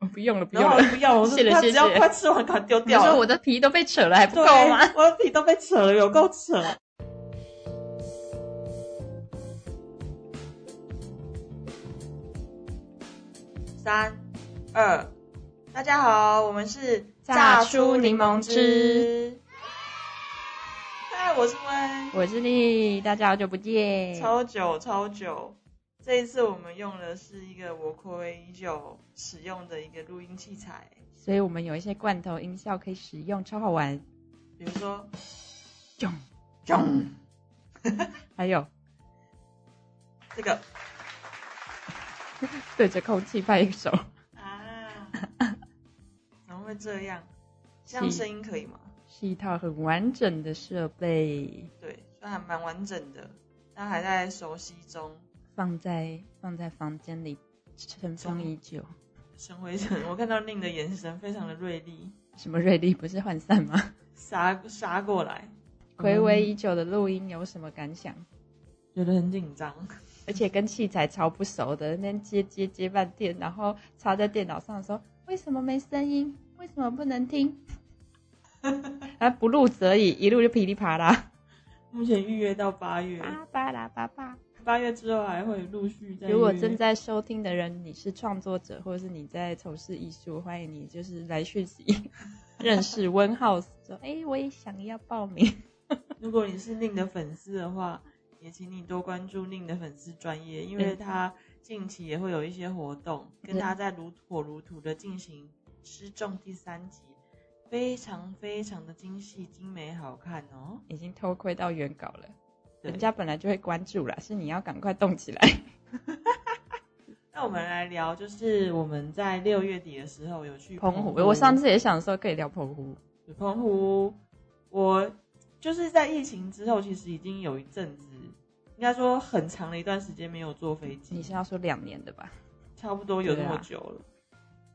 哦不用了，不然用后了。不要，我谢是了他谢只要谢快吃完，赶快丢你掉说了。我的皮都被扯了，还不对够吗？？我的皮都被扯了，有够扯。三二，大家好，我们是榨出柠檬汁汁。嗨，我是温。我是丽，大家好久不见。超久超久。这一次我们用的是一个我暌违已久使用的一个录音器材，所以我们有一些罐头音效可以使用，超好玩。比如说，囧咚，还有这个对着空气拍手，啊，怎么会这样？这样声音可以吗？是一套很完整的设备，对，虽然还蛮完整的，但还在熟悉中。放在放在房间里尘封已久。沈辉成， 我看到令的眼神非常的锐利，什么瑞丽不是涣散吗？杀杀过来，暌违已久的录音有什么感想？觉得很紧张。而且跟器材超不熟的，那边接接接半天，然后插在电脑上的时候，为什么没声音？为什么不能 听？啊，不录则已，一录就噼里啪啦，目前预约到八月，叭叭啦叭叭。八月之后还会陆续再约。如果正在收听的人，你是创作者，或者是你在从事艺术，欢迎你就是来讯息 认识温浩，说，哎、我也想要报名。 如果你是宁的粉丝的话，也请你多关注宁的粉丝专业，因为他近期也会有一些活动，跟他在如火如荼的进行失重第三集，非常非常的精细、精美、好看哦。已经偷窥到原稿了，对人家本来就会关注啦，是你要赶快动起来。那我们来聊，就是我们在六月底的时候有去澎湖湖，，我上次也想说可以聊澎湖，澎湖，我就是在疫情之后，其实已经有一阵子，应该说很长的一段时间没有坐飞机。你是要说两年的吧？差不多有对那啊么久了，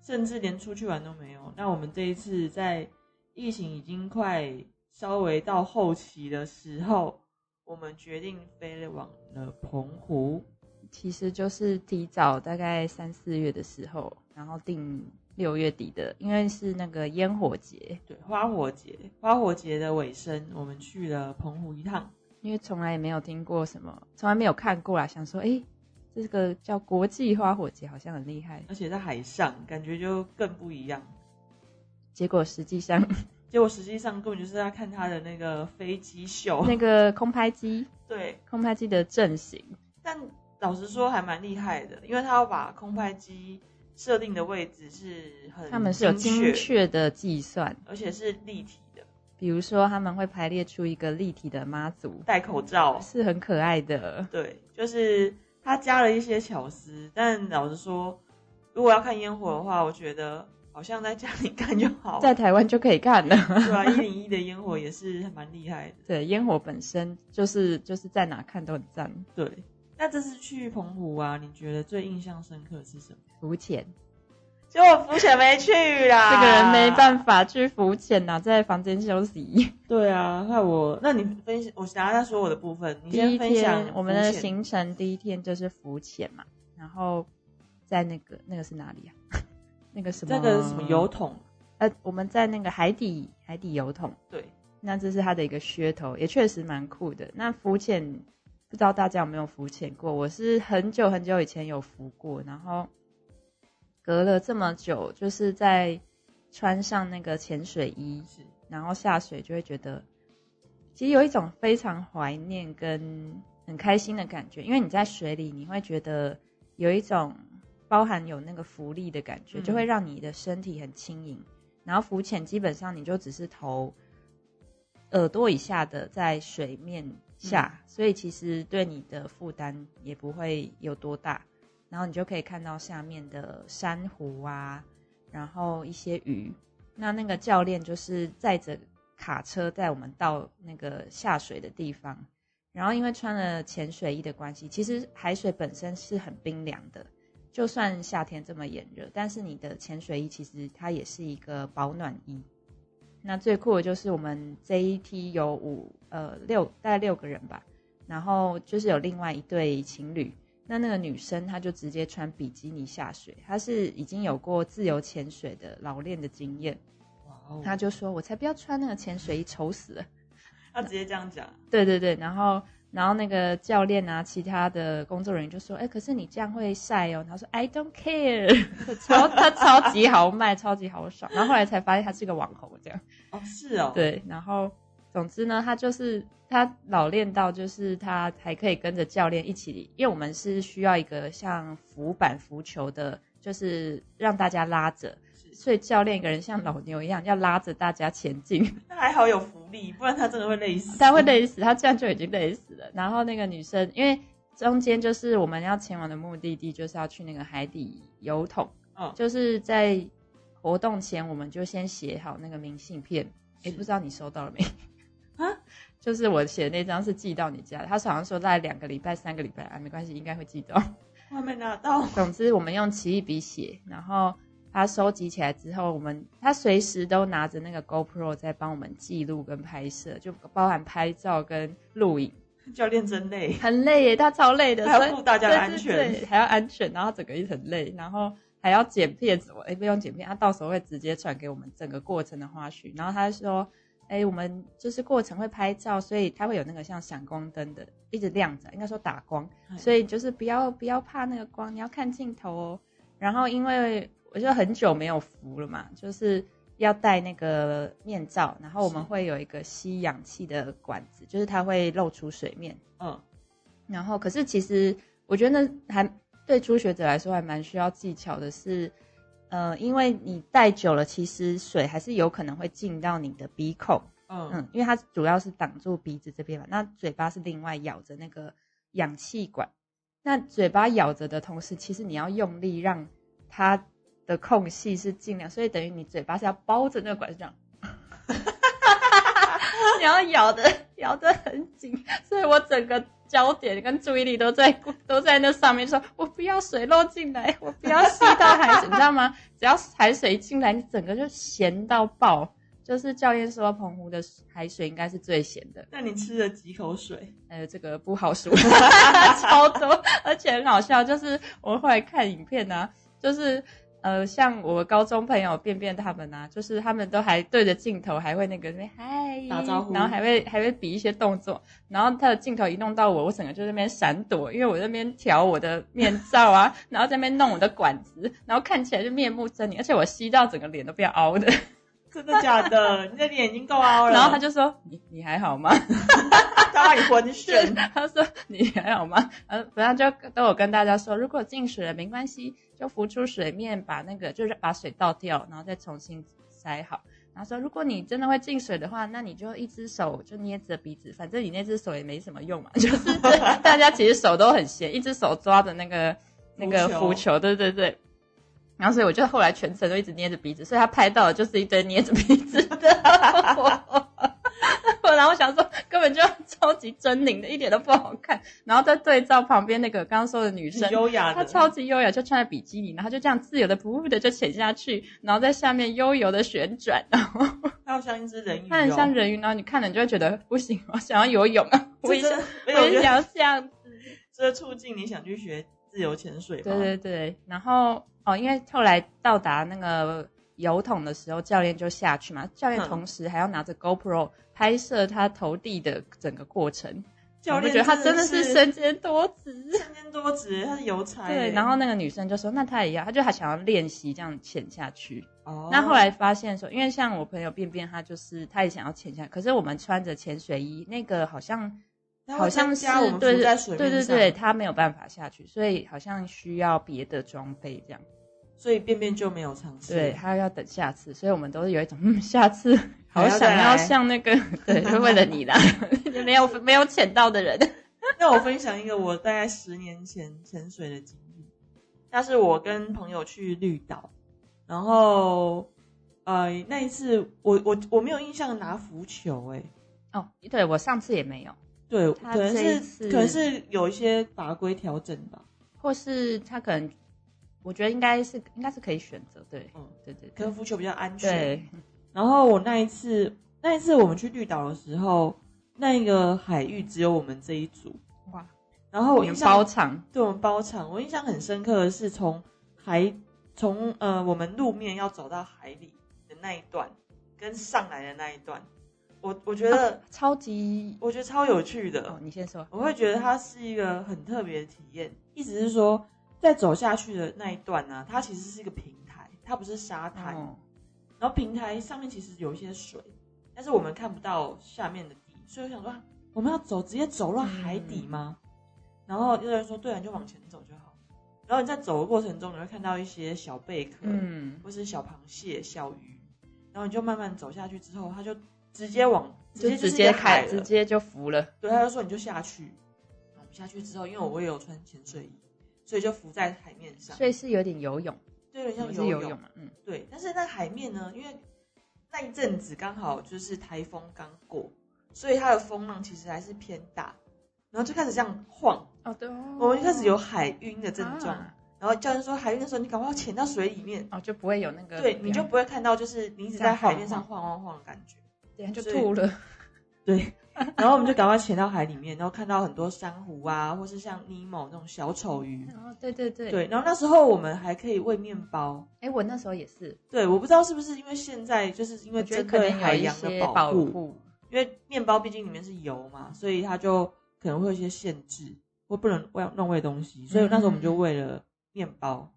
甚至连出去玩都没有。那我们这一次在疫情已经快稍微到后期的时候，我们决定飞了往了澎湖。其实就是提早大概三四月的时候，然后定六月底的，因为是那个烟火节，对，花火节，花火节的尾声，我们去了澎湖一趟。因为从来也没有听过什么，从来没有看过啦，想说诶，这个叫国际花火节好像很厉害，而且在海上，感觉就更不一样。结果实际上结果实际上根本就是在看他的那个飞机 秀，那个空拍机，对，空拍机的阵型，但老实说还蛮厉害的，因为他要把空拍机设定的位置是很他们是有精精确，确的计算，而且是立体的，比如说他们会排列出一个立体的妈祖，戴口罩，是很可爱的。对，就是他加了一些巧思。但老实说，如果要看烟火的话，我觉得好像在家里看就好，在台湾就可以看了，对吧、啊？一零一的烟火也是蛮厉害的，对，烟火本身就是就是在哪看都很赞。对。那这次去澎湖啊，你觉得最印象深刻是什么？浮潜，结果浮潜没去啦，这个人没办法去浮潜呐、在房间休息。对啊，那我那你分享，我等下再说我的部分，你第先一分享天我们的浮潜行程第一天就是浮潜嘛，然后在那个那个是哪里啊？ 那个什么？这个什么油？桶，呃，我们在那个海底海底油桶。对，那这是它的一个噱头，也确实蛮酷的。那浮潜，不知道大家有没有浮潜过？我是很久很久以前有浮过，然后隔了这么久，就是在穿上那个潜水衣，是然后下水就会觉得，其实有一种非常怀念跟很开心的感觉，因为你在水里，你会觉得有一种包含有那个浮力的感觉，嗯就会让你的身体很轻盈。然后浮潜基本上你就只是头耳朵以下的在水面下，所以其实对你的负担也不会有多大。然后你就可以看到下面的珊瑚啊，然后一些鱼。那那个教练就是载着卡车带我们到那个下水的地方，然后因为穿了潜水衣的关系，其实海水本身是很冰凉的，就算夏天这么炎热，但是你的潜水衣其实它也是一个保暖衣。那最酷的就是我们这一批有五呃六大概六个人吧，然后就是有另外一对情侣，那那个女生她就直接穿比基尼下水，她是已经有过自由潜水的老练的经验，哇哦，她就说：“我才不要穿那个潜水衣，丑死了。”他直接这样讲，对对对，然后然后那个教练啊，其他的工作人员就说：“哎、可是你这样会晒哦。”他说：“I don't care。” 超他超级豪迈，超级豪爽。然后后来才发现他是个网红，这样哦，是哦，，对。然后总之呢，他就是他老练到，就是他还可以跟着教练一起，因为我们是需要一个像浮板浮球的，就是让大家拉着，是，所以教练一个人像老牛一样要拉着大家前进。那还好有福利，不然他真的会累死，他会，累死，他这样就已经累死了。然后那个女生，因为中间就是我们要前往的目的地，就是要去那个海底油桶，嗯就是在活动前，我们就先写好那个明信片。诶，是不知道你收到了没？ 啊，就是我写的那张是寄到你家的，他好像说大概两个礼拜、三个礼拜啊，没关系，应该会寄到。我还没拿到，总之，我们用奇异笔写，然后他收集起来之后，我们他随时都拿着那个 GoPro 在帮我们记录跟拍摄，就包含拍照跟录影， 教练真累，很累耶，他超累的，还所以要顾大家的安对全对，对还要安全，然后整个一直很累，然后还要剪片子，我哎不用剪片，他到时候会直接传给我们整个过程的花絮，然后他说。哎、我们就是过程会拍照，所以它会有那个像闪光灯的，一直亮着，应该说打光，所以就是不要不要怕那个光，你要看镜头哦。然后因为我就很久没有浮了嘛，就是要戴那个面罩，然后我们是会有一个吸氧气的管子，就是它会露出水面。嗯，然后可是其实我觉得那还对初学者来说还蛮需要技巧的是。呃，因为你戴久了，其实水还是有可能会进到你的鼻孔，嗯，嗯，因为它主要是挡住鼻子这边嘛，那嘴巴是另外咬着那个氧气管。那嘴巴咬着的同时，其实你要用力让它的空隙是尽量，所以等于你嘴巴是要包着那个管，是这样， 你要咬的咬得很紧，所以我整个焦点跟注意力都在都在那上面说，我不要水漏进来，我不要吸到海水，你知道吗？只要海水一进来，你整个就咸到爆。就是教练说，澎湖的海水应该是最咸的，那你吃了几口水？呃，这个不好 说，超多，而且很好笑。就是我后来看影片呢、就是呃，像我高中朋友便便他们啊，就是他们都还对着镜头，还会那个那嗨打招呼然后还会还会比一些动作。然后他的镜头一弄到我，我整个就在那边闪躲，因为我在那边调我的面罩啊，然后在那边弄我的管子，然后看起来就面目狰狞，而且我吸到整个脸都变凹的。真的假的？你的脸已经够凹了， 然后他就说：“你你还好吗？”他把你浑是，身，他说你还好吗？呃，反正就都有跟大家说，如果进水了没关系，就浮出水面，把那个就是把水倒掉，然后再重新塞好。然后说，如果你真的会进水的话，那你就一只手就捏着鼻子，反正你那只手也没什么用嘛。 就是大家其实手都很闲，一只手抓着那个那个浮球浮球，对对对。然后所以我就后来全程都一直捏着鼻子，所以他拍到的就是一堆捏着鼻子 的我。我 然后想说，根本就 超级狰狞的，一点都不好看。然后再对照旁边那个刚刚说的女生很，优雅的，她超级优雅，就穿着比基尼，然后就这样自由的、不顾的就潜下去，然后在下面悠游的旋转，然后他好像一只人鱼、哦，它很像人鱼，然后你看了你就会觉得不行，我想要游泳啊，我这也想真，我没有我也觉得想这样这促进你想去学自由潜水吧？对对对，然后哦，因为后来到达那个油桶的时候，教练就下去嘛，教练嗯同时还要拿着 GoPro 拍摄他投递的整个过程，教我练就觉得他真的是身身兼多职。身兼多职，他是邮差耶。对，然后那个女生就说：“那她也要，她就还想要练习这样潜下去。哦，那后来发现说，因为像我朋友便便，她就是她也想要潜下，可是我们穿着潜水衣，那个好像他好会像增是加我们对浮在对水对面对上对，，她没有办法下去，所以好像需要别的装备这样。所以便便就没有尝试。对，，他要等下次，所以我们都是有一种，嗯，下次好还要再想要来像那个， 对，就为了你啦，没有没有潜到的人， 那我分享一个我大概十年前潜水的经历，那是我跟朋友去绿岛，然后呃那一次我我我没有印象拿浮球哎、哦，对我上次也没有，对，他可能这一是次可能是有一些法规调整吧，或是他可能，我觉得应该是应该是可以选择，对，嗯，对对可对能浮球比较安全。对，然后我那一次，那一次我们去绿岛的时候，那个海域只有我们这一组，哇，然然后我你印们象包场，对我们包场，我印象很深刻的是从海从呃我们路面要走到海里的那一段，跟上来的那一段，我我觉得、啊超级我觉得超有趣的，哦，你先说，我会觉得它是一个很特别的体验。意思是说，在走下去的那一段呢、啊它其实是一个平台，它不是沙滩，哦，然后平台上面其实有一些水，但是我们看不到下面的底，所以我想说，啊我们要走直接走到海底吗？嗯然后有的人说，对啊，你就往前走就好。然后你在走的过程中，你会看到一些小贝壳，嗯，或是小螃蟹、小鱼，然后你就慢慢走下去之后，它就直接往直就接直是一接个海开，了直接就服了，对，他就说你就下去。我们下去之后，因为我也有穿潜水衣，所以就浮在海面上，所以是有点游泳，对，有点我像们是游游泳泳。嘛，嗯，对，但是那海面呢，因为那一阵子刚好就是台风刚过，所以它的风浪其实还是偏大，然后就开始这样晃，哦对，我们就开始有海晕的症状。啊然后教练说海晕的时候，你赶快要潜到水里面，哦就不会有那个，对，你就不会看到就是你一直这在样晃海面上晃晃晃的感觉。等下就所以吐了， 对，然后我们就赶快潜到海里面，然后看到很多珊瑚啊，或是像尼莫那种小丑鱼。哦对对对，对，然后那时候我们还可以喂面包。哎我那时候也是，对，我不知道是不是因为现在就是因为我觉得针可对能有海一洋的些保护，护，因为面包毕竟里面是油嘛，所以它就可能会有一些限制，或不能喂乱喂东西。所以那时候我们就喂了面包，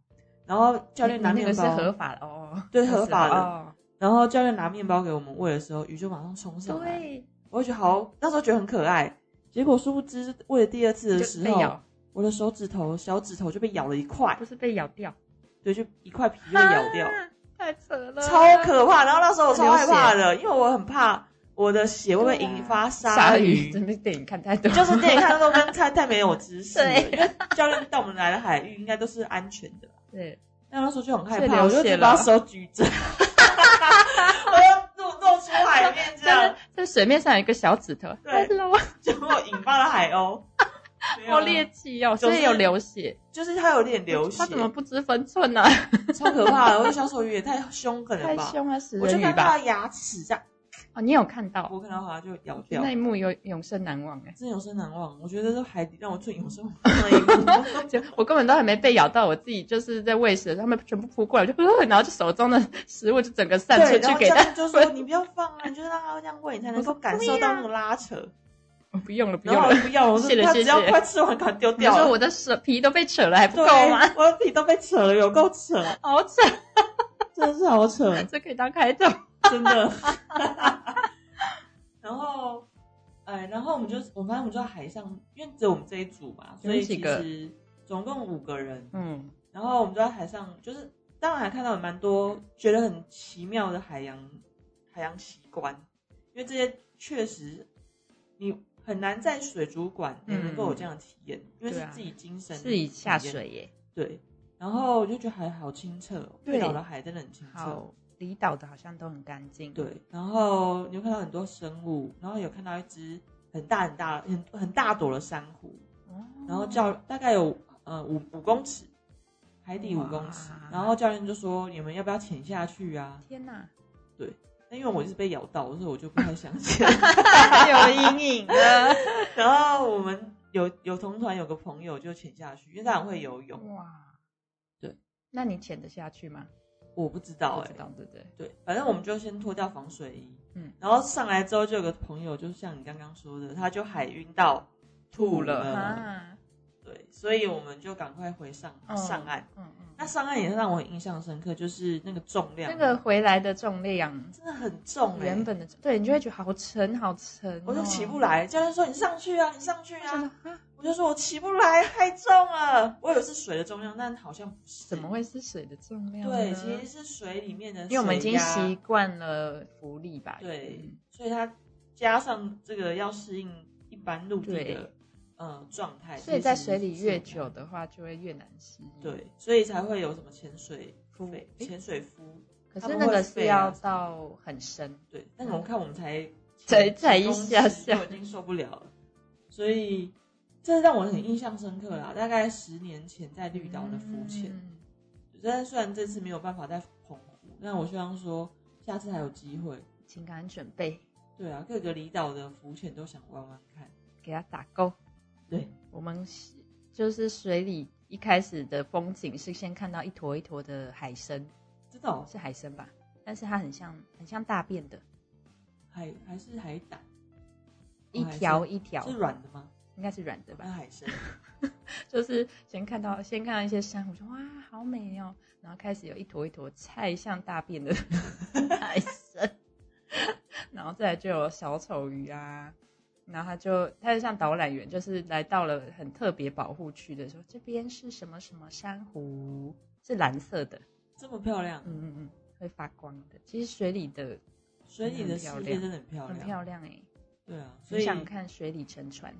然后教练你拿嗯你那面个是包，合法的哦，对那时候合法的哦然后教练拿面包给我们喂的时候，鱼就马上冲上来。对，我会觉得好，那时候觉得很可爱。结果殊不知，为了第二次的就时被候，咬，我的手指头小指头就被咬了一块，不是被咬掉，对，就一块皮被咬掉，啊，太扯了，超可怕。然后那时候我超害怕的，因为我很怕我的血会不会对啊引发鲨鲨鱼。真的电影看太多，就是电影看到跟太太没有知识了，对因为教练带我们来的海域应该都是安全的。对，那那时候就很害所以怕，我流就血只把了手举着， 我就露露出海面这样但，是在水面上有一个小指头对，Hello，结果引发了海鸥。没有好猎奇哦，就所是以有流血，就是它有点流血，他怎么不知分寸啊呢？超可怕的！我觉得小丑鱼也太凶狠了太吧！凶了，食我就人看鱼到它吧？的牙齿这样，哦，你有看到？我看到它就咬掉那，一幕有永生难忘哎，真永生难忘。我觉得这海底让我最永生难 忘的一幕。就我根本都还没被咬到，我自己就是在喂食，他们全部扑过来， 我就呃，然后就手中的食物就整个散出对，然去后给教他，练 就说：“你不要放啊，你就让它这样喂，你才能够感受到那种拉扯。哦不用了，”不然用后我了。不要，我说谢了它谢只要谢快吃完，赶快丢你掉说了。我的手皮都被扯了还不对够吗？，我的皮都被扯了，有够扯，好扯，真的是好扯， 这可以当开头。真的。 然后，哎，然后我们就，我发现我们就在海上，因为只有我们这一组嘛，你们所以几其个实总共五个人。嗯，然后我们就在海上，就是当然还看到有蛮多觉得很奇妙的海洋海洋奇观，因为这些确实你很难在水族馆也能够有这样的体验，因为嗯对是啊自己精神自己下体验水耶，对。然后我就觉得海好清澈哦，对绿岛的海真的很清澈。好，离岛的好像都很干净。啊对，然后你会看到很多生物，然后有看到一只很大很大很很大朵的珊瑚，哦，然后教大概有呃五五公尺，海底五公尺哇。然后教练就说：“你们要不要潜下去啊天哪，？” 那因为我是被咬到，所以我就不太想 潜。有阴影啊了。然后我们有有同团有个朋友就潜下去，因为他很会游 泳，哇，对，那你潜得下去吗？我不知道不哎、知道，对不对？对，反正我们就先脱掉防水衣，嗯，然后上来之后就有个朋友，就像你刚刚说的，他就海晕到吐了，啊，对，所以我们就赶快回上、嗯上岸。嗯嗯，那上岸也是让我很印象深刻，就是那个重量，那个回来的重量，真的很重哎、原本的对你就会觉得好沉好沉哦，我就起不来。教练说：“你上去啊，你上去我想啊说。啊！”我就说：“我起不来，太重 了。”我以为是水的重量，但好像不是。怎么？会是水的重量呢？对，其实是水里面的水压，因为我们已经习惯了浮力吧，对嗯，所以它加上这个要适应一般陆地的对呃状态，所以在其实水是里越这样久，的话就会越难吸。，对，所以才会有什么潜水浮费、诶潜水夫，可它是不那会个飞是啊要到很深，对，但我看我们才嗯才几才一公尺下下就已经受不了了，所以这让我很印象深刻啦。大概十年前在绿岛的浮潜，嗯但虽然这次没有办法在澎湖，但我希望说下次还有机会。情感准备对啊，各个离岛的浮潜都想玩玩看。给它打勾。对，我们是就是水里一开始的风景是先看到一坨一坨的海参，知道是海参吧？但是它很像很像大便的，海还是海胆，哦一条一条，是软的吗？应该是软的还是吧？海参？就是先看到先看到一些珊瑚，说哇好美哦，然后开始有一坨一坨菜像大便的 海参，然后再来就有小丑鱼啊。然后他就，他就像导览员，就是来到了很特别保护区的时候，这边是什么什么珊瑚，是蓝色的，这么漂亮，嗯嗯，嗯，会发光的。其实水里的水里的世很漂界亮真的很漂很亮，漂亮哎、欸，对啊，所很以想看水里沉 船，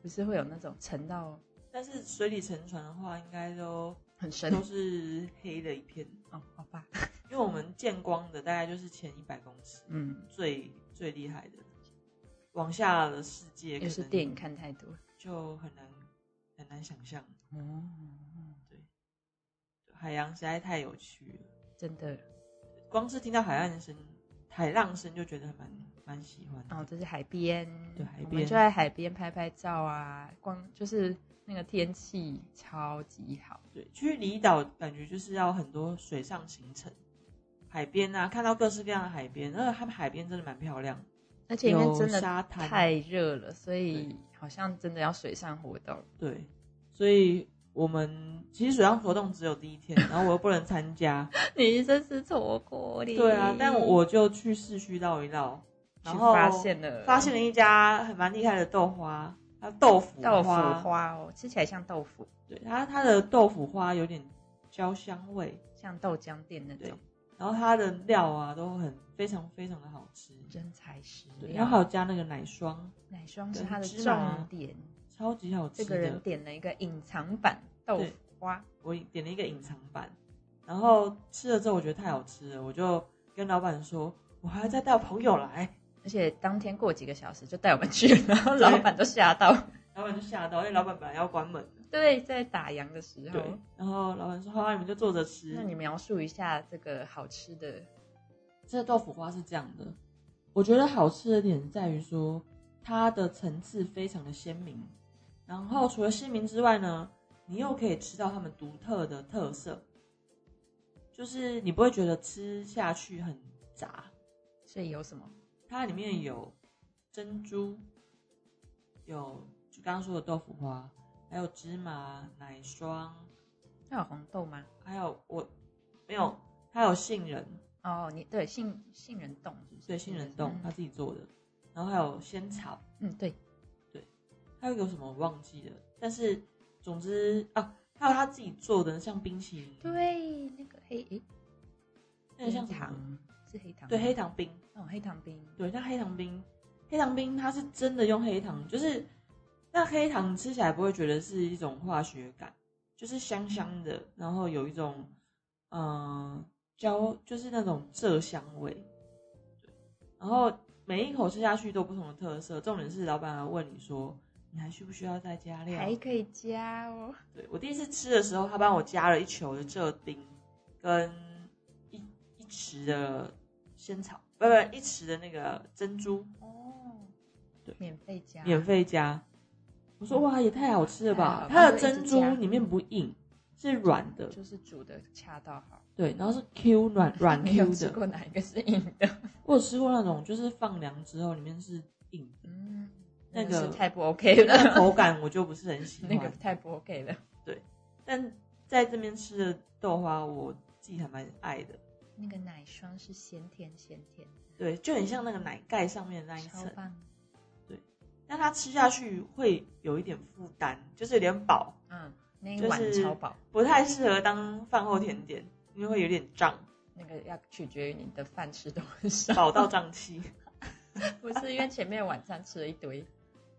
不是会有那种沉到但是水里沉船的话，应该都很深都是黑的一片，哦，好吧，因为我们见光的大概就是前一百公尺，嗯，最最厉害的，往下的世界可又能是电影看太多就很难很难想象，哦，海洋实在太有趣了，真的光是听到海岸声、海浪声就觉得蛮蛮喜欢的。哦，这是海边，对海边我们就在海边拍拍照啊，光就是那个天气超级好，对，去离岛感觉就是要很多水上行程，海边啊，看到各式各样的海边，那他们海边真的蛮漂亮的，而且因为真有的沙滩，太热了，所以对好像真的要水上活动， 对，所以我们其实水上活动只有第一天，然后我又不能参加，你真是错过你，对啊，但我就去市区绕一绕，嗯去然后发现了发现了一家很蛮厉害的豆花，它豆腐豆腐花，花哦，吃起来像豆腐，对它它的豆腐花有点焦香味，像豆浆店那种然后它的料啊都很非常非常的好吃，真材实对，料然。后还有加那个奶霜，奶霜是跟它的芝麻重点。超级好吃这个的。人点了一个隐藏版豆腐花，我点了一个隐藏版，然后吃了之后我觉得太好吃了，我就跟老板说，我还要再带我朋友来，而且当天过几个小时就带我们去，然后老板都吓到。老板就吓到，因为老板本来要关门的。对，在打烊的时对候。，然后老板说：“好、啊，你们就坐着吃。”那你描述一下这个好吃的，这豆腐花是这样的，我觉得好吃的点在于说它的层次非常的鲜明，然后除了鲜明之外呢，你又可以吃到他们独特的特色，就是你不会觉得吃下去很杂，所以有什么？它里面有珍珠，有就刚刚说的豆腐花，还有芝麻奶霜，它有红豆吗？还有我没有，还有杏仁，哦，你对杏杏仁冻是不是？对杏仁冻啊他嗯自己做的，然后还有仙草。嗯，对，还有一个什么我忘记了，但是总之啊，还有他自己做的像冰淇淋，，对，那个黑诶，那个像黑什么糖是黑糖吗，对黑糖冰，哦黑糖冰，对，像黑糖冰，黑糖冰它是真的用黑糖，就是那黑糖吃起来不会觉得是一种化学感，就是香香嗯的，然后有一种嗯、呃焦，就是那种蔗香味，对，然后每一口吃下去都有不同的特色，重点是老板还问你说你还需不需要再加料，还可以加哦，对我第一次吃的时候，他帮我加了一球的蔗冰，跟一一匙的仙草，不不，一匙的那个珍珠，哦，对免费加，免费加。我说哇，也太好吃了吧！太它好了的珍珠我会一直加里面不硬，是软的，就是煮的恰到好。对，然后是 Q 软软 没有 Q 吃的。过哪一个是硬的？我有吃过那种，就是放凉之后里面是硬的，嗯，那个真的是太不 OK 那个了，口感我就不是很喜欢。 那个太不 OK 了。但在这边吃的豆花，我自己还蛮爱的。那个奶霜是咸甜咸甜，对，就很像那个奶盖上面的那一超层。棒。但它吃下去会有一点负担，就是有点饱，嗯，那一碗就是超饱，不太适合当饭后甜点，因为会有点 胀，那个要取决于你的饭吃的很少，饱到胀气。不是因为前面晚餐吃了一堆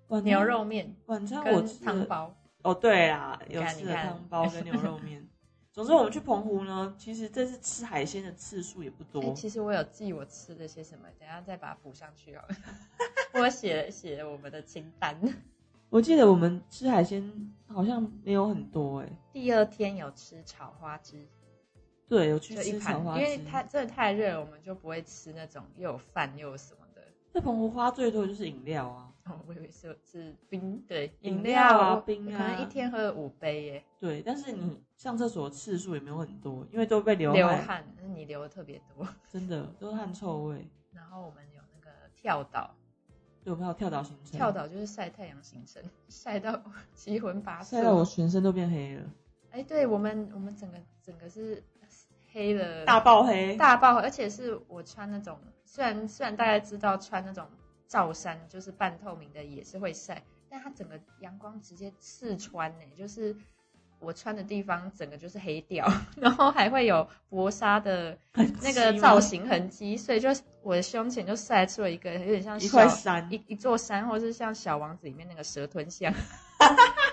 晚牛肉面晚餐嗯我跟吃汤了包，哦，对啦，有看吃你了看汤包跟牛肉面。 总之，我们去澎湖呢，其实这次吃海鲜的次数也不多哎、。其实我有记我吃了些什么，等一下再把它补上去好了。 我写了写我们的清单，我记得我们吃海鲜好像没有很多哎、第二天有吃炒花枝，对，有去就一吃盘小，花因为枝它真的太热了，我们就不会吃那种又有饭又有什么的，在澎湖花最多的就是饮料啊，哦，我以为是是冰，对，饮饮料啊我冰啊可能一天喝了五杯耶，对，但是你上厕所的次数也没有很多，因为都被流汗，流汗，但是你流的特别多。真的都是汗臭味。然后我们有那个跳岛，对，我们还有跳岛行程，跳岛就是晒太阳行程，晒到七 荤八素晒。到我全身都变黑了，哎，对我们我们整个整个是黑了大爆黑，大爆，而且是我穿那种，虽然虽然大家知道穿那种罩衫就是半透明的也是会晒，但它整个阳光直接刺穿呢、就是我穿的地方整个就是黑掉， 然后还会有薄纱的那个造型痕迹，所以就我的胸前就晒出了一个有点像一小块山，一一座山，或是像《小王子》里面那个蛇吞象，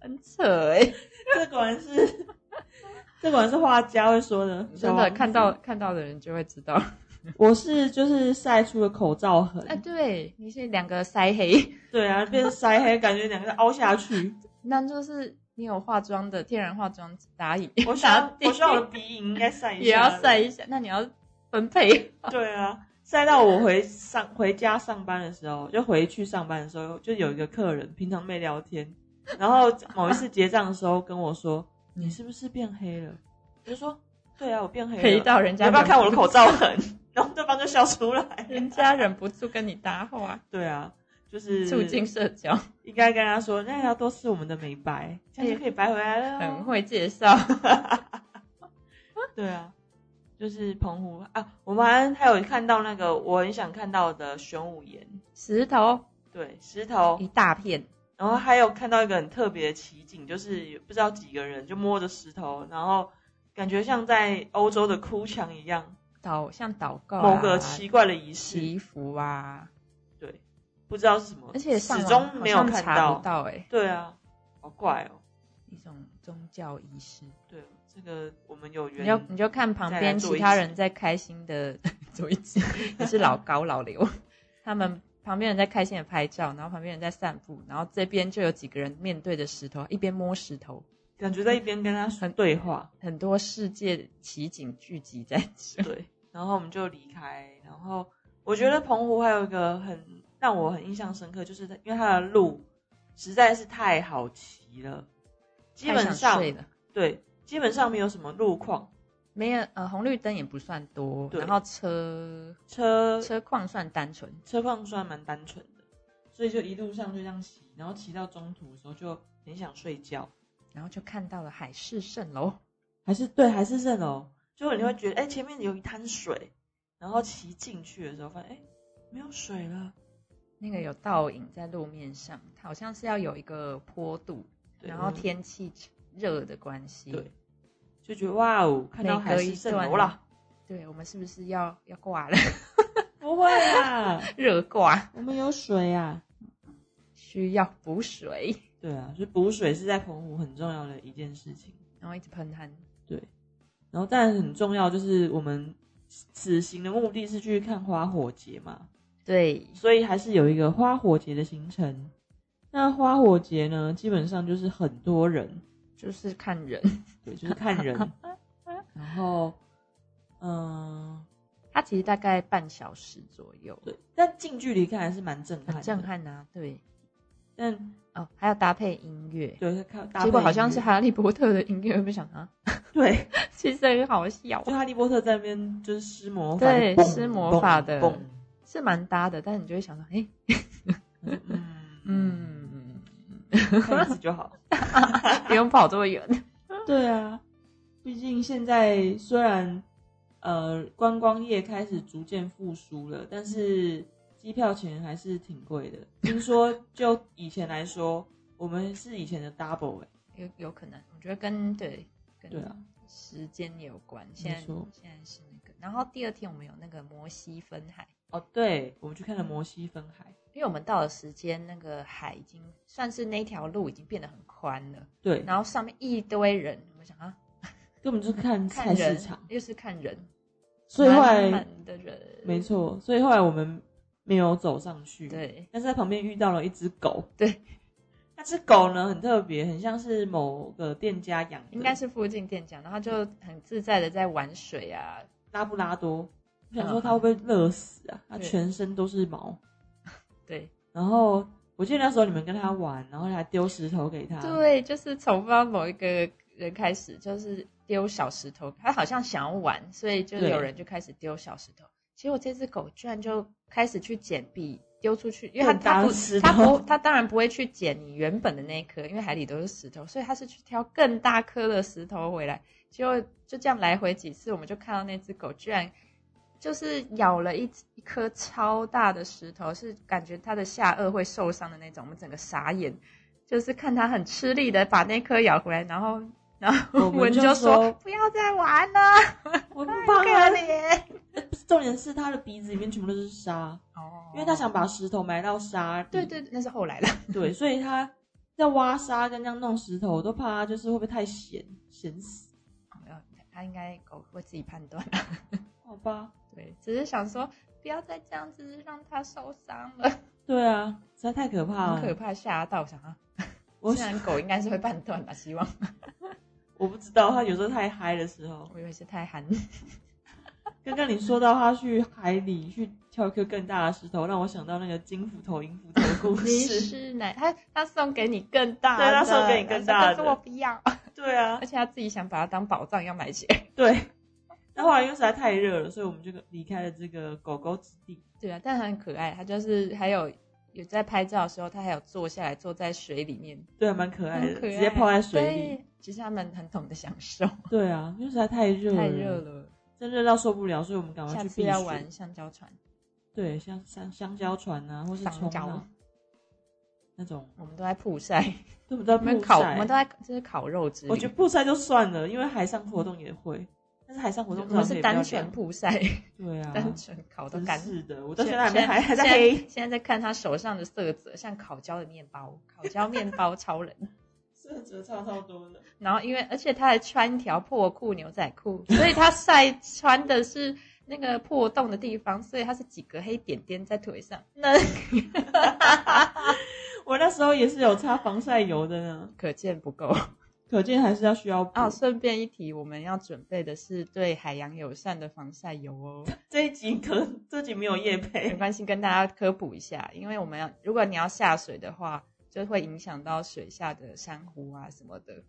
很扯哎、这果然是 这果然是画家会说的，小真王的子看到看到的人就会知道。 我是就是晒出了口罩痕，哎、对，你是两个腮黑。对啊，变成晒黑，感觉两个人凹 下去。那就是你有化妆的天然化妆打影，我希望 打底我希望我的鼻影应该晒一下，也要晒。一下。那你要分 配， 对啊，晒到我回上 回家上班的时候，就回去上班的时候，就有一个客人平常没聊天，然后某一次结账的时候跟我说：“ 你是不是变黑了？”我就说：“对啊，我变黑了。”陪到人你家要不要看我的口罩？罩痕？ 然后对方就笑出来。 人家忍不住跟你搭话，对啊，就是促进社交，应该跟他说，那要多吃我们的美白，这样就可以白回来了、哦哎很。会介绍。对啊，就是澎湖啊，我们还还有看到那个我很想看到的玄武岩，石头对，石头一，大片，然后还有看到一个很特别的奇景，就是不知道几个人就摸着石头，然后感觉像在欧洲的哭墙一样，祷像祷告、啊、某个奇怪的仪式，祈福啊，对，不知道是什么，而且上始网终没有好像看查到不，到哎、对啊，好怪哦，一种宗教仪式。对，这个我们有你就缘。你就看旁再来边做其一他集人在开心的 做一集，也是老高老刘，他们旁边人在开心的拍照，然后旁边人在散步，然后这边就有几个人面对着石头，一边摸石头，感觉在一边跟他说对话，很多世界奇景聚集在这。对，然后我们就离开。然后我觉得澎湖还有一个很让我很印象深刻，就是因为它的路实在是太好骑了，基太本想上睡了，对，基本上没有什么路况，没有呃红绿灯也不算多，对然后车车车况算单纯，车况算蛮单纯的，所以就一路上就这样骑，然后骑到中途的时候就很想睡觉，然后就看到了海市蜃楼，还是对，还是蜃楼，就你会觉得哎、前面有一滩水，然后骑进去的时候发现哎、没有水了。那个有倒影在路面上，它好像是要有一个坡度，对然后嗯天气热的关系，对就觉得哇哦，看到海市蜃啊楼啦！对，我们是不是要要挂了？ 不会啊，热挂我们有水啊。需要补水，对啊，所以补水是在澎湖很重要的一件事情。然后一直喷汗。然后，但很重要就是我们此行的目的是去看花火节嘛，对，所以还是有一个花火节的行程。那花火节呢，基本上就是很多人，就是看人，对，就是看人。 然后，嗯、它其实大概半小时左右，对，但近距离看还是蛮震撼，很震。撼啊。对，但哦，还要搭配音乐，对，看搭配结果好像音乐是哈利波特的音乐，我没想到，对， 其实很好笑啊就，哈利波特在那边就是施魔法，对蹦施魔法的蹦是蛮搭的，但你就会想到，哎，蹦嗯 嗯，嗯，看一次就好。不用跑这么远。对啊，毕竟现在虽然呃观光业开始逐渐复苏了，但是机票钱还是挺贵的。听说就以前来说，我们是以前的 double 哎、有有可能，我觉得跟对跟对啊时间也有关。现在错现在是那个，然后第二天我们有那个摩西分海，哦，对，我们去看了摩西分海。因为我们到的时间，那个海已经算是那条路已经变得很宽了，对，然后上面一堆人，我们想啊，根本就是看菜看市人场，又是看人，所以后满来满的人，没，错，所以后来我们没有走上去。对，但是在旁边遇到了一只狗。对，那只狗呢很特别，很像是某个店家养的，应该是附近店家，然后就很自在的在玩水啊，拉布拉多。我想说他会不会热死啊？他嗯对全身都是毛。对然后我记得那时候你们跟他玩，然后你还丢石头给他。，对，就是从不知道某一个人开始，就是丢小石头，他好像想要玩，所以就对有人就开始丢小石头。结果这只狗居然就开始去捡比丢出去，因为它更它大不的石它头不它当然不会去捡你原本的那一颗，因为海里都是石头，所以它是去挑更大颗的石头回来。结果就这样来回几次，我们就看到那只狗居然就是咬了一一颗超大的石头，是感觉它的下颚会受伤的那种，我们整个傻眼，就是看它很吃力的把那颗咬回来，然后然后我们文就就说不要再玩了，我不可帮啊！怜。重点是他的鼻子里面全部都是沙， 哦因为他想把石头埋到沙里。对对，那是后来了。对，所以他在挖沙跟这样弄石头，我都怕他就是会不会太咸咸死？没有它应该狗会自己判断。好吧，对，只是想说不要再这样子让它受伤了，对啊，实在太可怕很可了。怕，吓到我想啊。我虽然狗应该是会判断吧，希望我不知道，他有时候太嗨的时候，我以为是太寒。刚刚你说到他去海里去挑一颗更大的石头，让我想到那个金斧头银斧头的故 你事。是奶，他他送给你更大的，对他送给你更大的可是我不要，对啊而，且他自己想把它当宝藏要买起来。对。那后来因为实在太热了，所以我们就离开了这个狗狗之地。对啊，但很可爱，他就是还有有在拍照的时候，他还有坐下来坐在水里面，对，还蛮可爱很的，可爱，直接泡在水里。对。其实他们很懂得享受，对啊，因为实在太热了，太热了，真热到受不了，所以我们赶快下去次避要暑玩橡胶船。对，像香香蕉船啊，或是香冲蕉浪那种，我们都在曝晒，对不对？我们曝烤，我晒们都在就是烤肉之旅。我觉得曝晒就算了，因为海上活动也会，但是海上活动我们真是的可以不要单纯聊曝晒，对啊，单纯烤的干真。是的，我到现在还没还还在现黑在。现在在看他手上的色泽，像烤焦的面包，烤焦面包超人。色泽差超多的，然后因为而且他还穿一条破裤牛仔裤，所以他晒穿的是那个破洞的地方，所以他是几个黑点点在腿上。 那我那时候也是有擦防晒油的呢，可见不够哦可见还是要需要补。啊！顺便一提，我们要准备的是对海洋友善的防晒油哦。这一集可这集没有夜没配，关系，跟大家科普一下，因为我们要，如果你要下水的话，就会影响到水下的珊瑚啊什么的，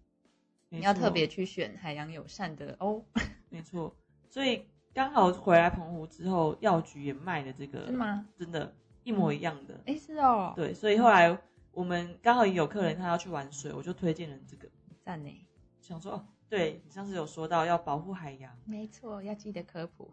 你你要特别去选海洋友善的哦。没错。所以刚好回来澎湖之后，药局也卖了这个，是？吗？真的，一模一样的。哎，是哦，对，所以后来我们刚好也有客人他要去玩水，我就推荐了这个，赞呢，想说哦，对你上次有说到要保护海洋，没错，要记得科普。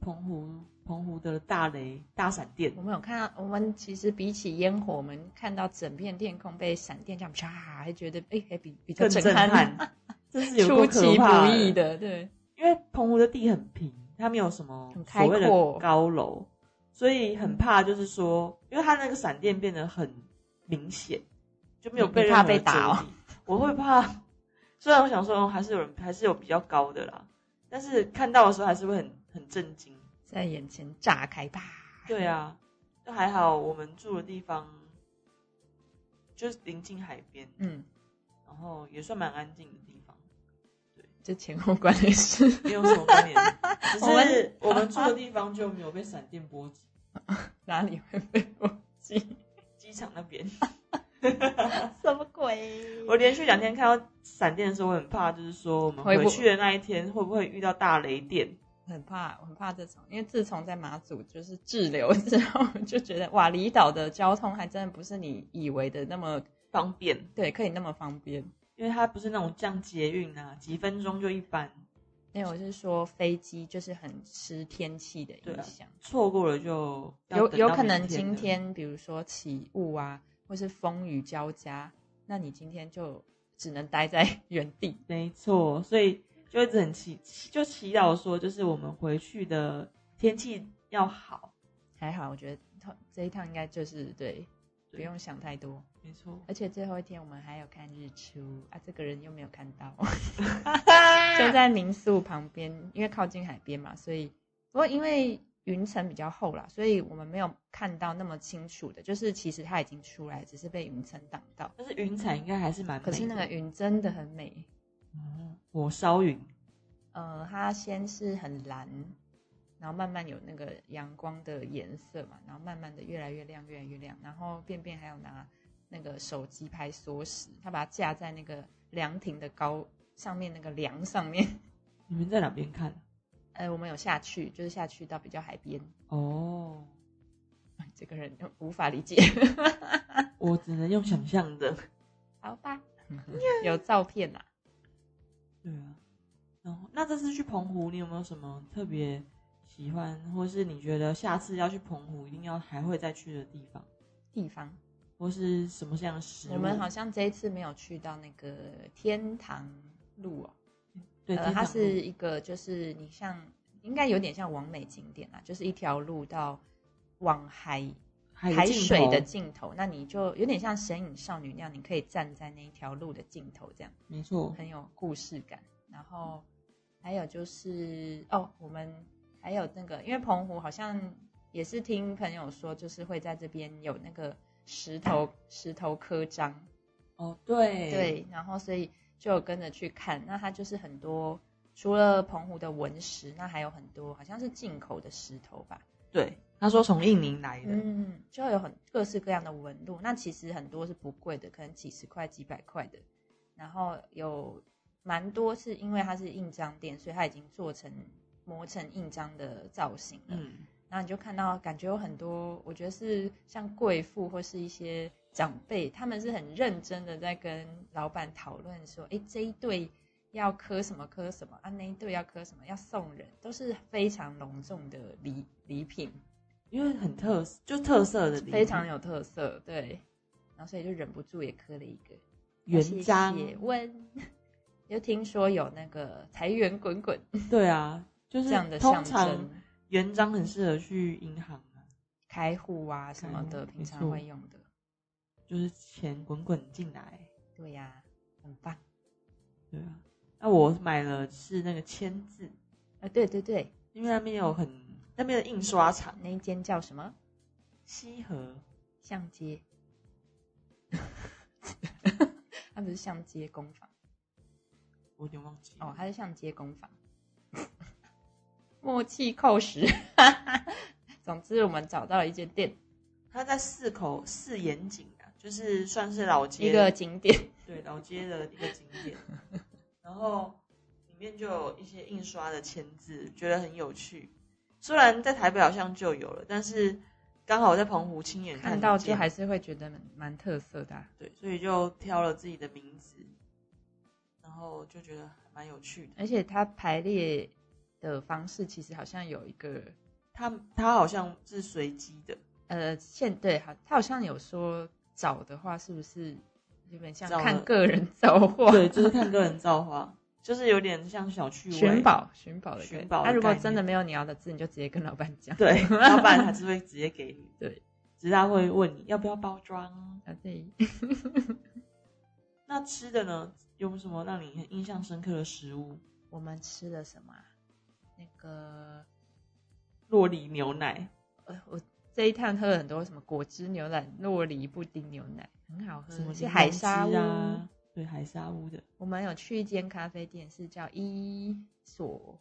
澎湖澎湖的大雷大闪电我，们有看到，我们其实比起烟火，我们看到整片天空被闪电这样啪，还觉得哎，还比比较更震震撼，撼，这是有 出多可其怕不意，的，对，因为澎湖的地很平，它没有什么很开所谓的阔嗯高楼，所以很怕就是说，因为它那个闪电变得很明显，就没有你被你任怕何被打遮哦蔽我会怕。虽然我想说、哦还是有人还是有比较高的啦，但是看到的时候还是会很很震惊。在眼前炸开吧。对啊，就还好我们住的地方就是临近海边，嗯，然后也算蛮安静的地方，这前后关联是。 没有什么关联。只我是们我们住的地方就没有被闪电波及，哪里会被我记？机场那边， 什么鬼我连续两天看到闪电的时候，我很怕，就是说我们会回不去的那一天会不会遇到大雷电？很怕，我很怕这种，因为自从在马祖就是滞留 之后，我就觉得哇，离岛的交通还真的不是你以为的那么方便，对，可以那么方便。因为它不是那种像捷运啊，几分钟就一班，因为我是说飞机就是很吃天气的对影啊响，错过了就要有等有到可明能今了天比如说起雾啊，或是风雨交加，那你今天就只能待在原地。没错，所以就一直很祈就祈祷说，就是我们回去的天气要好。还好，我觉得这一趟应该就是对，对不用想太多。没错，而且最后一天我们还有看日出啊，这个人又没有看 到，就就在民宿旁边，因为靠近海边嘛，所以不过因为云层比较厚啦，所以我们没有看到那么清楚的，就是其实它已经出来，只是被云层挡到。但是云彩应该还是蛮美可的。是那个云真的很美，嗯火烧云，呃，它先是很蓝，然后慢慢有那个阳光的颜色嘛，然后慢慢的越来越亮，越来越亮。然后便便还有拿那个手机拍缩时，他把它架在那个凉亭的高上面那个梁上面。 你们在哪边看？呃，我们有下去，就是下去到比较海边。 哦，这个人无法理解， 我只能用想象的。好吧？ 有照片啊呐、对啊，然后那这次去澎湖，你有没有什么特别喜欢，或是你觉得下次要去澎湖一定要还会再去的地方，地方。或是什么样的食物？我们好像这一次没有去到那个天堂路哦，对，呃，天它堂路是一个就是你像应该有点像完美景点啦，就是一条路到往海海的海尽水头的尽头，那你就有点像神隐少女那样，你可以站在那一条路的尽头，这样没错，很有故事感。然后还有就是哦，我们还有那个，因为澎湖好像也是听朋友说，就是会在这边有那个石头石头刻章，哦，对，对，然后所以就有跟着去看。那它就是很多除了澎湖的文石，那还有很多好像是进口的石头吧，对，他说从印尼来的，嗯，就有很各式各样的纹路。那其实很多是不贵的，可能几十块、几百块的。然后有蛮多是因为它是印章店，所以它已经做成磨成印章的造型了。嗯，然后你就看到，感觉有很多，我觉得是像贵妇或是一些长辈，他们是很认真的在跟老板讨论说，哎，这一对要磕什么磕什么啊，那一对要磕什么，要送人，都是非常隆重的礼礼品，因为很特色，就特色的地方非常有特色，对。然后所以就忍不住也磕了一个原章，谢谢温。就听说有那个财源滚滚对啊，就是这样的象通常征，原章很适合去银行啊，开户啊什么开的，户平常没错会用的。就是钱滚滚进来，对呀、很棒。对啊，那我买了是那个签字，啊，对对对，因为那边有很那边的印刷厂，那一间叫什么西河相街？ 它不是相街工坊我有点忘记了哦，它是相街工坊。默契扣十， 总之我们找到了一间店，它在四口四眼井啊，就是算是老街一个景点。对老街的一个景点， 然后里面就有一些印刷的签字，觉得很有趣。虽然在台北好像就有了，但是刚好我在澎湖亲眼看得到见就还是会觉得蛮蛮特色的啊、对，所以就挑了自己的名字，然后就觉得还蛮有趣的。而且它排列的方式其实好像有一个它它好像是随机的，呃，现对好，他好像有说找的话，是不是有点像找了看个人造化？对，就是看个人造化， 就是有点像小趣味寻。宝寻宝的概寻念。宝的那、如果概念真的没有你要的字，你就直接跟老板 讲。 对，老板还是会直接给你。 对，只是他会问你要不要包装。啊，对，那吃的呢？有没有什么让你很印象深刻的食物？我们吃了什么、啊？那个，洛梨牛奶呃，我这一趟喝了很多什么果汁牛奶、洛梨布丁牛奶，很好喝，什么柠是檬海沙屋。汁啊？对，海沙屋的我们有去一间咖啡店，是叫伊索，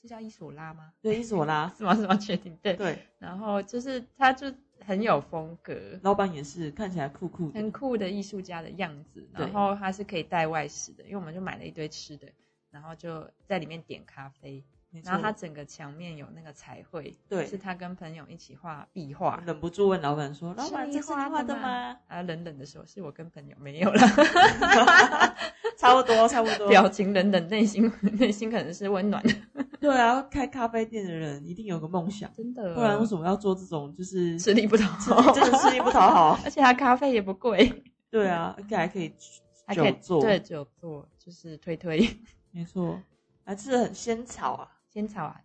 是叫伊索拉吗？ 对伊索拉，是吗？是吗？确定对。对，然后就是它就很有风格，老板也是看起来酷酷的很，酷的艺术家的样子，对然后它是可以带外食的，因为我们就买了一堆吃的，然后就在里面点咖啡，没错然后它整个墙面有那个彩绘，对是他跟朋友一起画壁画，忍不住问老板说：“老板，是你这是你画画的的吗啊，冷冷的说是我跟朋友没有啦，？”差不多，差不 多。表情冷冷，内心内心可能是温暖的，对啊，开咖啡店的人一定有个梦想，真的，不然为什么要做这种就是吃力不讨好？真的吃力不讨好？而且它咖啡也不贵，对啊，而且还可以还可久以坐，对，久坐就是推推。没错，还吃的很仙草啊，仙草啊，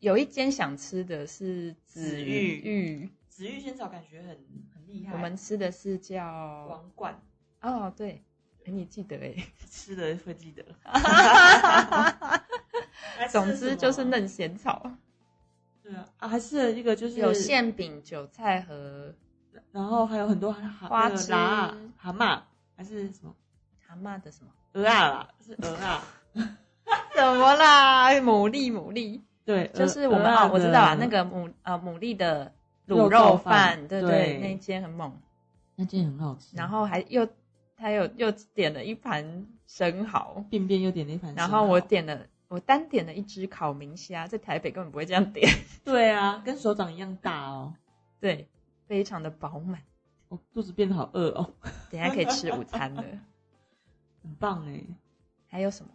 有一间想吃的是紫紫玉玉玉，紫玉仙草感觉很很厉害。我们吃的是叫王冠哦，对，哎你记得哎，吃的会 记得，还吃了啊总之就是嫩仙草，什么。对啊，啊还吃了一个就是有，馅饼、韭菜和然后还有很多蛤花那个枝蛤蛤蟆还是什么蛤蟆的什么 鹅啊啦，是鹅啊。什么啦，牡蛎牡蛎，对，就是鹅我们鹅啊哦，我知道啊，的那个牡呃牡蛎的卤肉肉燥饭饭，对对嗯那一间很猛，那间很好吃。然后还又他有又点了一盘生蚝，便便又点了一盘生蚝，然后我点了我单点了一只烤明虾，在台北根本不会这样点， 对啊，跟手掌一样大哦，对，非常的饱满，我肚子变得好饿哦，等一下可以吃午餐了。 很棒哎。还有什么？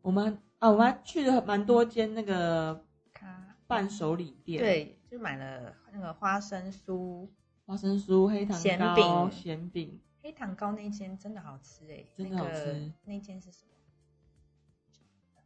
我们啊，我们还去了蛮多间那个咖伴手礼店，，对，就买了那个花生酥、花生酥、黑糖咸糕、饼咸饼，黑糖糕那间真的好吃哎、真的好那个吃、那间是什么？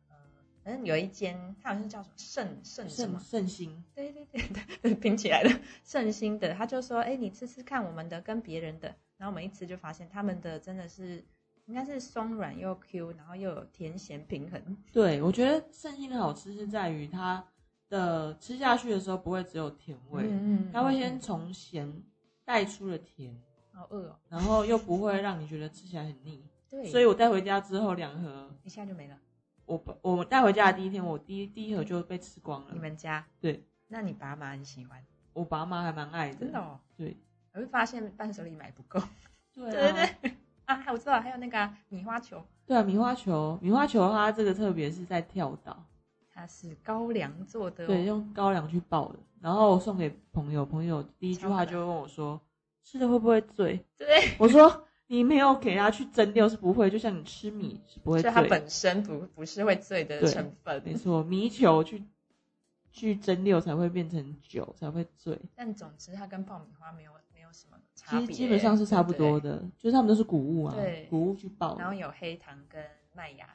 呃，反正有一间，它好像叫什么圣圣什盛么？盛兴，对对对对，拼起来的圣心的，他就说：“哎、你吃吃看我们的跟别人的。”然后我们一吃就发现他们的真的是应该是松软又 Q，然后又有甜咸平衡。对我觉得盛兴的好吃是在于它的吃下去的时候不会只有甜味，嗯它会先从咸带出了甜，好饿哦，然后又不会让你觉得吃起来很腻，对，所以我带回家之后两盒。一下就没了。我我带回家的第一天，我第一第一盒就被吃光了。你们家对，那你爸妈很喜欢，我爸妈还蛮爱的，真的哦。对我会发现伴手礼买不够。对对啊对对， 啊，我知道还有那个啊米花球，对啊，米花球，米花球它这个特别是在跳岛，它是高粱做的、哦，对，用高粱去爆的。然后我送给朋友，朋友第一句话就问我说：“吃的会不会醉对，？”我说：“你没有给它去蒸馏是不会，就像你吃米是不会所醉以它的。本身不不是会醉的对成分”。没错，米酒去去蒸馏才会变成酒，才会醉。但总之它跟爆米花没有没有什么差其别，实基本上是差不多的，就是他们都是谷物啊对，谷物去爆对。的。然后有黑糖跟麦芽，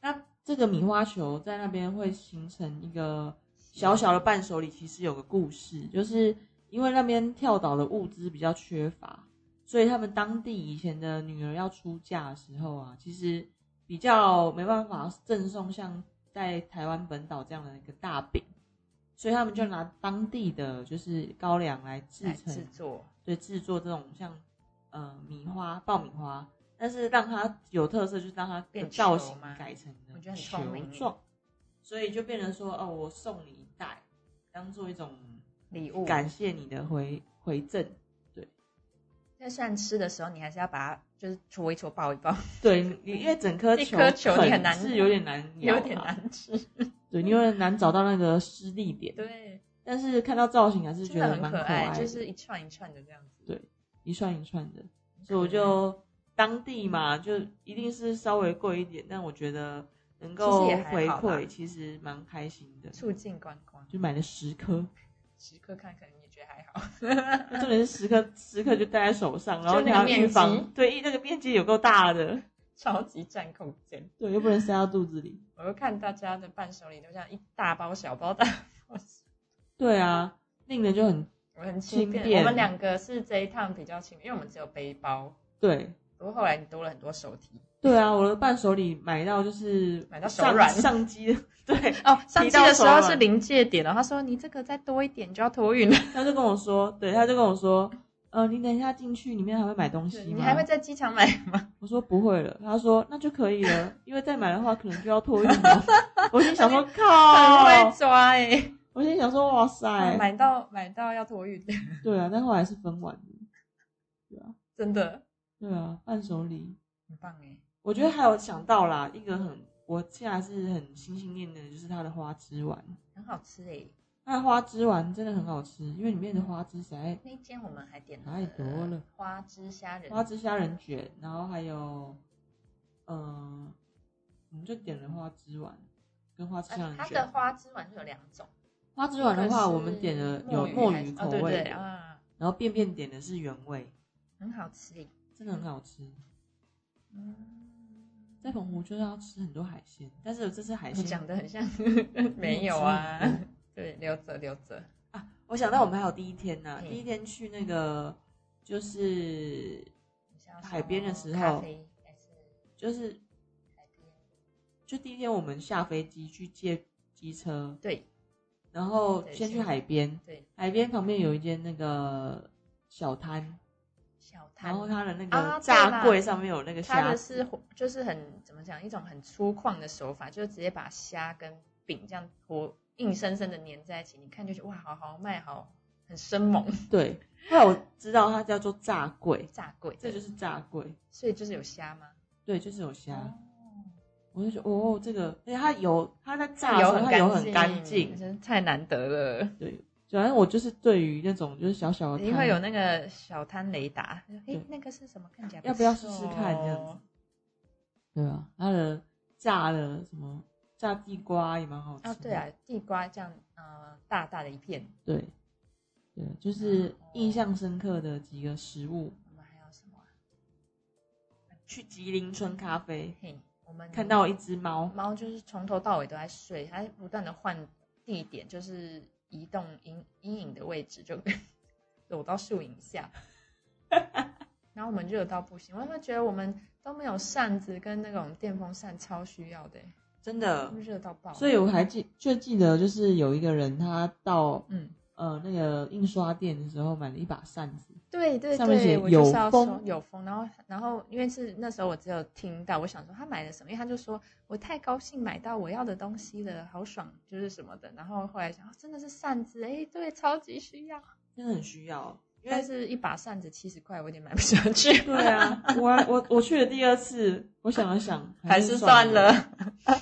那这个米花球在那边会形成一个小小的伴手礼，其实有个故事，就是因为那边跳岛的物资比较缺乏，所以他们当地以前的女儿要出嫁的时候啊，其实比较没办法赠送像在台湾本岛这样的一个大饼，所以他们就拿当地的就是高粱来制来成制作，对制作这种像呃米花、爆米花，但是让它有特色，就是让它的变球造型吗改成了我觉得很球聪明耶状，所以就变成说哦，我送你一袋，当做一种礼哦物感谢你的回回赠。但虽然吃的时候，你还是要把它就是戳一戳、抱一抱，对，你因为整颗一球颗球你啃很难是 有啊点难咬有啦，点难吃。对，你有点难找到那个施力点。对，但是看到造型还是真觉的得很蛮可爱爱，的，就是一串一串的这样子。对一串一串的，所以我嗯就当地嘛，就一定是稍微贵一点，但我觉得能够其实也还回好啦馈，其实蛮开心的。促进观光，就买了十颗，时刻看可能也觉得还好。重点是十颗，十颗就戴在手上，然后嗯就你那个还要预面积防，对，那个面积有够大的， 超级占空间。对，又不能塞到肚子里。我又看大家的伴手礼都这样一大包小包大包小，对啊，令人就很 我很轻轻便便。我们两个是这一趟比较轻便，因为我们只有背包，对。不过后来你多了很多手提对啊，我的伴手礼买到就是买到手上软上机，对，哦，上提机到的手时候软是临界点哦了，他说你这个再多一点你就要 托运了，他就跟我说，对，他就跟我说，呃，你等一下进去里面还会买东西吗？你还会在机 场买吗？我说不会了，他说那就可以了，因为再买的话可能就要托运了。 我心想说 很靠会，抓哎，我心想说哇塞，欸买到买到要托运， 对啊，但后来是分完的，真的对啊，伴手礼。很棒哎。我觉得还有想到啦，一个很我现在是很心心念念的就是它的花枝丸，很好吃哎、欸，它的花枝丸真的很好吃，因为里面的花枝实在那一间我们还点了太多了。花枝虾仁，花枝虾仁卷，然后还有，嗯，我们就点了花枝丸跟花枝虾呃仁它卷的。花枝丸是有两种，花枝丸的一个话，是我们点了有墨鱼墨还鱼是口哦对味对的，啊，然后便便点的是原味，很好吃哎、欸。真的很好吃。嗯，在澎湖就是要吃很多海鲜，但是这次海你鲜讲的很 像没有啊， 对，留着留着。啊，我想到我们还有第一天呢、嗯第一天去那个就是你是要海边的时候说咖啡哎还是就是海边？就第一天我们下飞机去借机车，对然后对先去先海边，对，海边旁嗯边有一间那个小摊，小摊然，后它的那个啊对炸啦柜上面有那个它虾的子，是就是很怎么讲，一种很粗犷的手法，就是直接把虾跟柄这样活硬生生的粘在一起，你看就觉得哇，好豪迈，好很生猛， 对，后来我知道它叫做炸桂，炸贵。这就是炸桂，所以就是有虾吗？对，就是有虾。哦我就觉得哦，这个，而且它油，它在炸的时油候很嗯它油很干净，真是太难得了。对。反正我就是对于那种就是小小的一定摊会有那个小摊雷达，哎对，那个是什么？看起来要不要试试看这样错子？对啊，它的炸的什么炸地瓜也蛮好吃的。哦，对啊，地瓜这样，呃，大大的一片。对，对，就是哦印象深刻的几个食物。我们还有什么啊？去吉林村咖啡，嘿，我们看到一只猫，猫就是从头到尾都在睡，它不断的换地点，就是移动阴阴影的位置，就 躲到树影下。然后我们热到不行，我有没有觉得我们都没有扇子跟那种电风扇超需要的、欸真的。热到爆。所以我还记，就记得就是有一个人，他到嗯，呃那个印刷店的时候买了一把扇子，对对上面写对，我就是有要风说有风，然后然后因为是那时候我只有听到，我想说他买了什么，因为他就说我太高兴买到我要的东西了，好爽，就是什么的。然后后来想，哦、真的是扇子，哎，对，超级需要，真的很需要。因但为是一把扇子七十块，我有点买不下 去，对啊，我我我去了第二次，我想了想，还是是算了了。。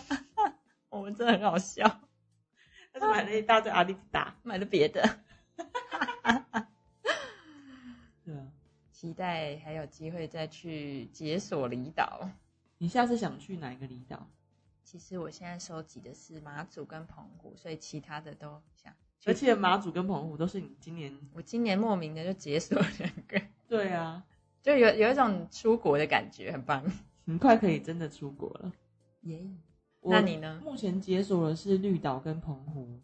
我们真的很好笑，他就买了一大堆阿迪达。买了别的。对啊，期待还有机会再去解锁离岛。你下次想去哪一个离岛？其实我现在收集的是马祖跟澎湖，所以其他的都想。而且马祖跟澎湖都是你今年我今年莫名的就解锁两个，对啊，就有有一种出国的感觉，很棒。很快可以真的出国了。耶！我那你呢目前解锁的是绿岛跟澎湖，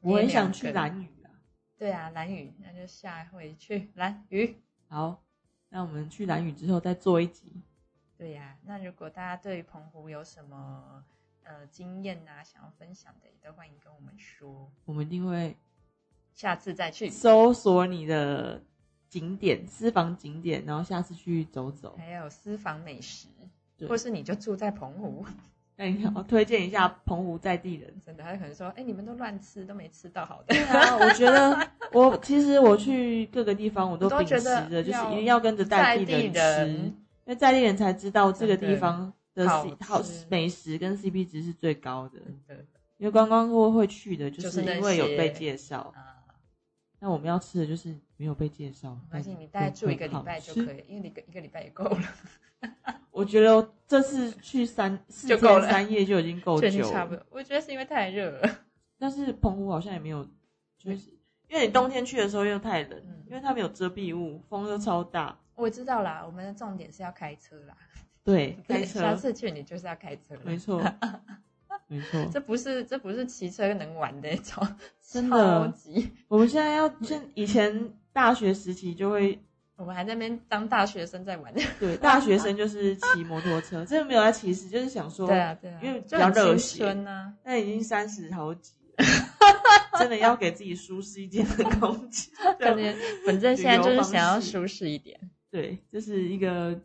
你我也很想两去个蓝屿啊。对啊，蓝雨，那就下回去蓝雨。好，那我们去蓝屿之后再做一集。对呀、那如果大家对于澎湖有什么呃经验啊，想要分享的，也都欢迎跟我们说，我们一定会下次再去。搜索你的景点、私房景点，然后下次去走走。还有私房美食，对或是你就住在澎湖， 那你我推荐一下澎湖在地人。真的，他可能说，哎，你们都乱吃，都没吃到好的。对啊，我觉得我其实我去各个地方，我都我都秉持觉得着 就是要一定要跟着在地人 在地人吃，因为在地人才知道这个真的地方的好 C- 好吃美食跟 CP 值是最高的。对因为观光客会去的，就就是是那因为有被些介绍。啊，那我们要吃的就是没有被介绍，没关系，但你大概住一个嗯很好礼拜就吃可。以，因为你一个一个礼拜也够了，我觉得这次去三四就够天了三夜就已经够最近久差不了。多。我觉得是因为太热了。但是澎湖好像也没有，就是因为你冬天去的时候又太冷，嗯因为它没有遮蔽物，风又超大。我知道啦，我们的重点是要开车啦。对，开对下车，次去你就是要开车啦。没 错，没错。这不是这不是骑车能玩的超 真超的级。我们现在要，像以前大学时期就会，我们还在那边当大学生在玩。对，大学生就是骑摩托车，这个没有在歧视，就是想说，对啊对啊，因为比就较很热青血春啊呐、那已经三十好几了，真的要给自己舒适一点的空间。感觉反正现在就是想要旅游方式舒适一 点。对，这是一个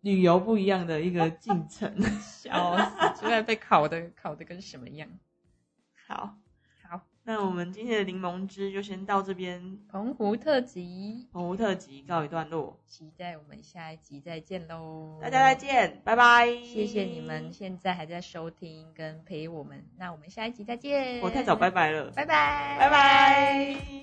旅游不一样的一个进程。 笑死，居然被烤的烤的跟什么样？好，好，那我们今天的柠檬汁就先到这边，澎湖特辑，澎湖特辑告一段落，期待我们下一集再见喽！大家再。见，拜拜。谢谢你们，现在还在收听跟陪我们，那我们下一集再见。我太早拜，拜了，拜拜，拜拜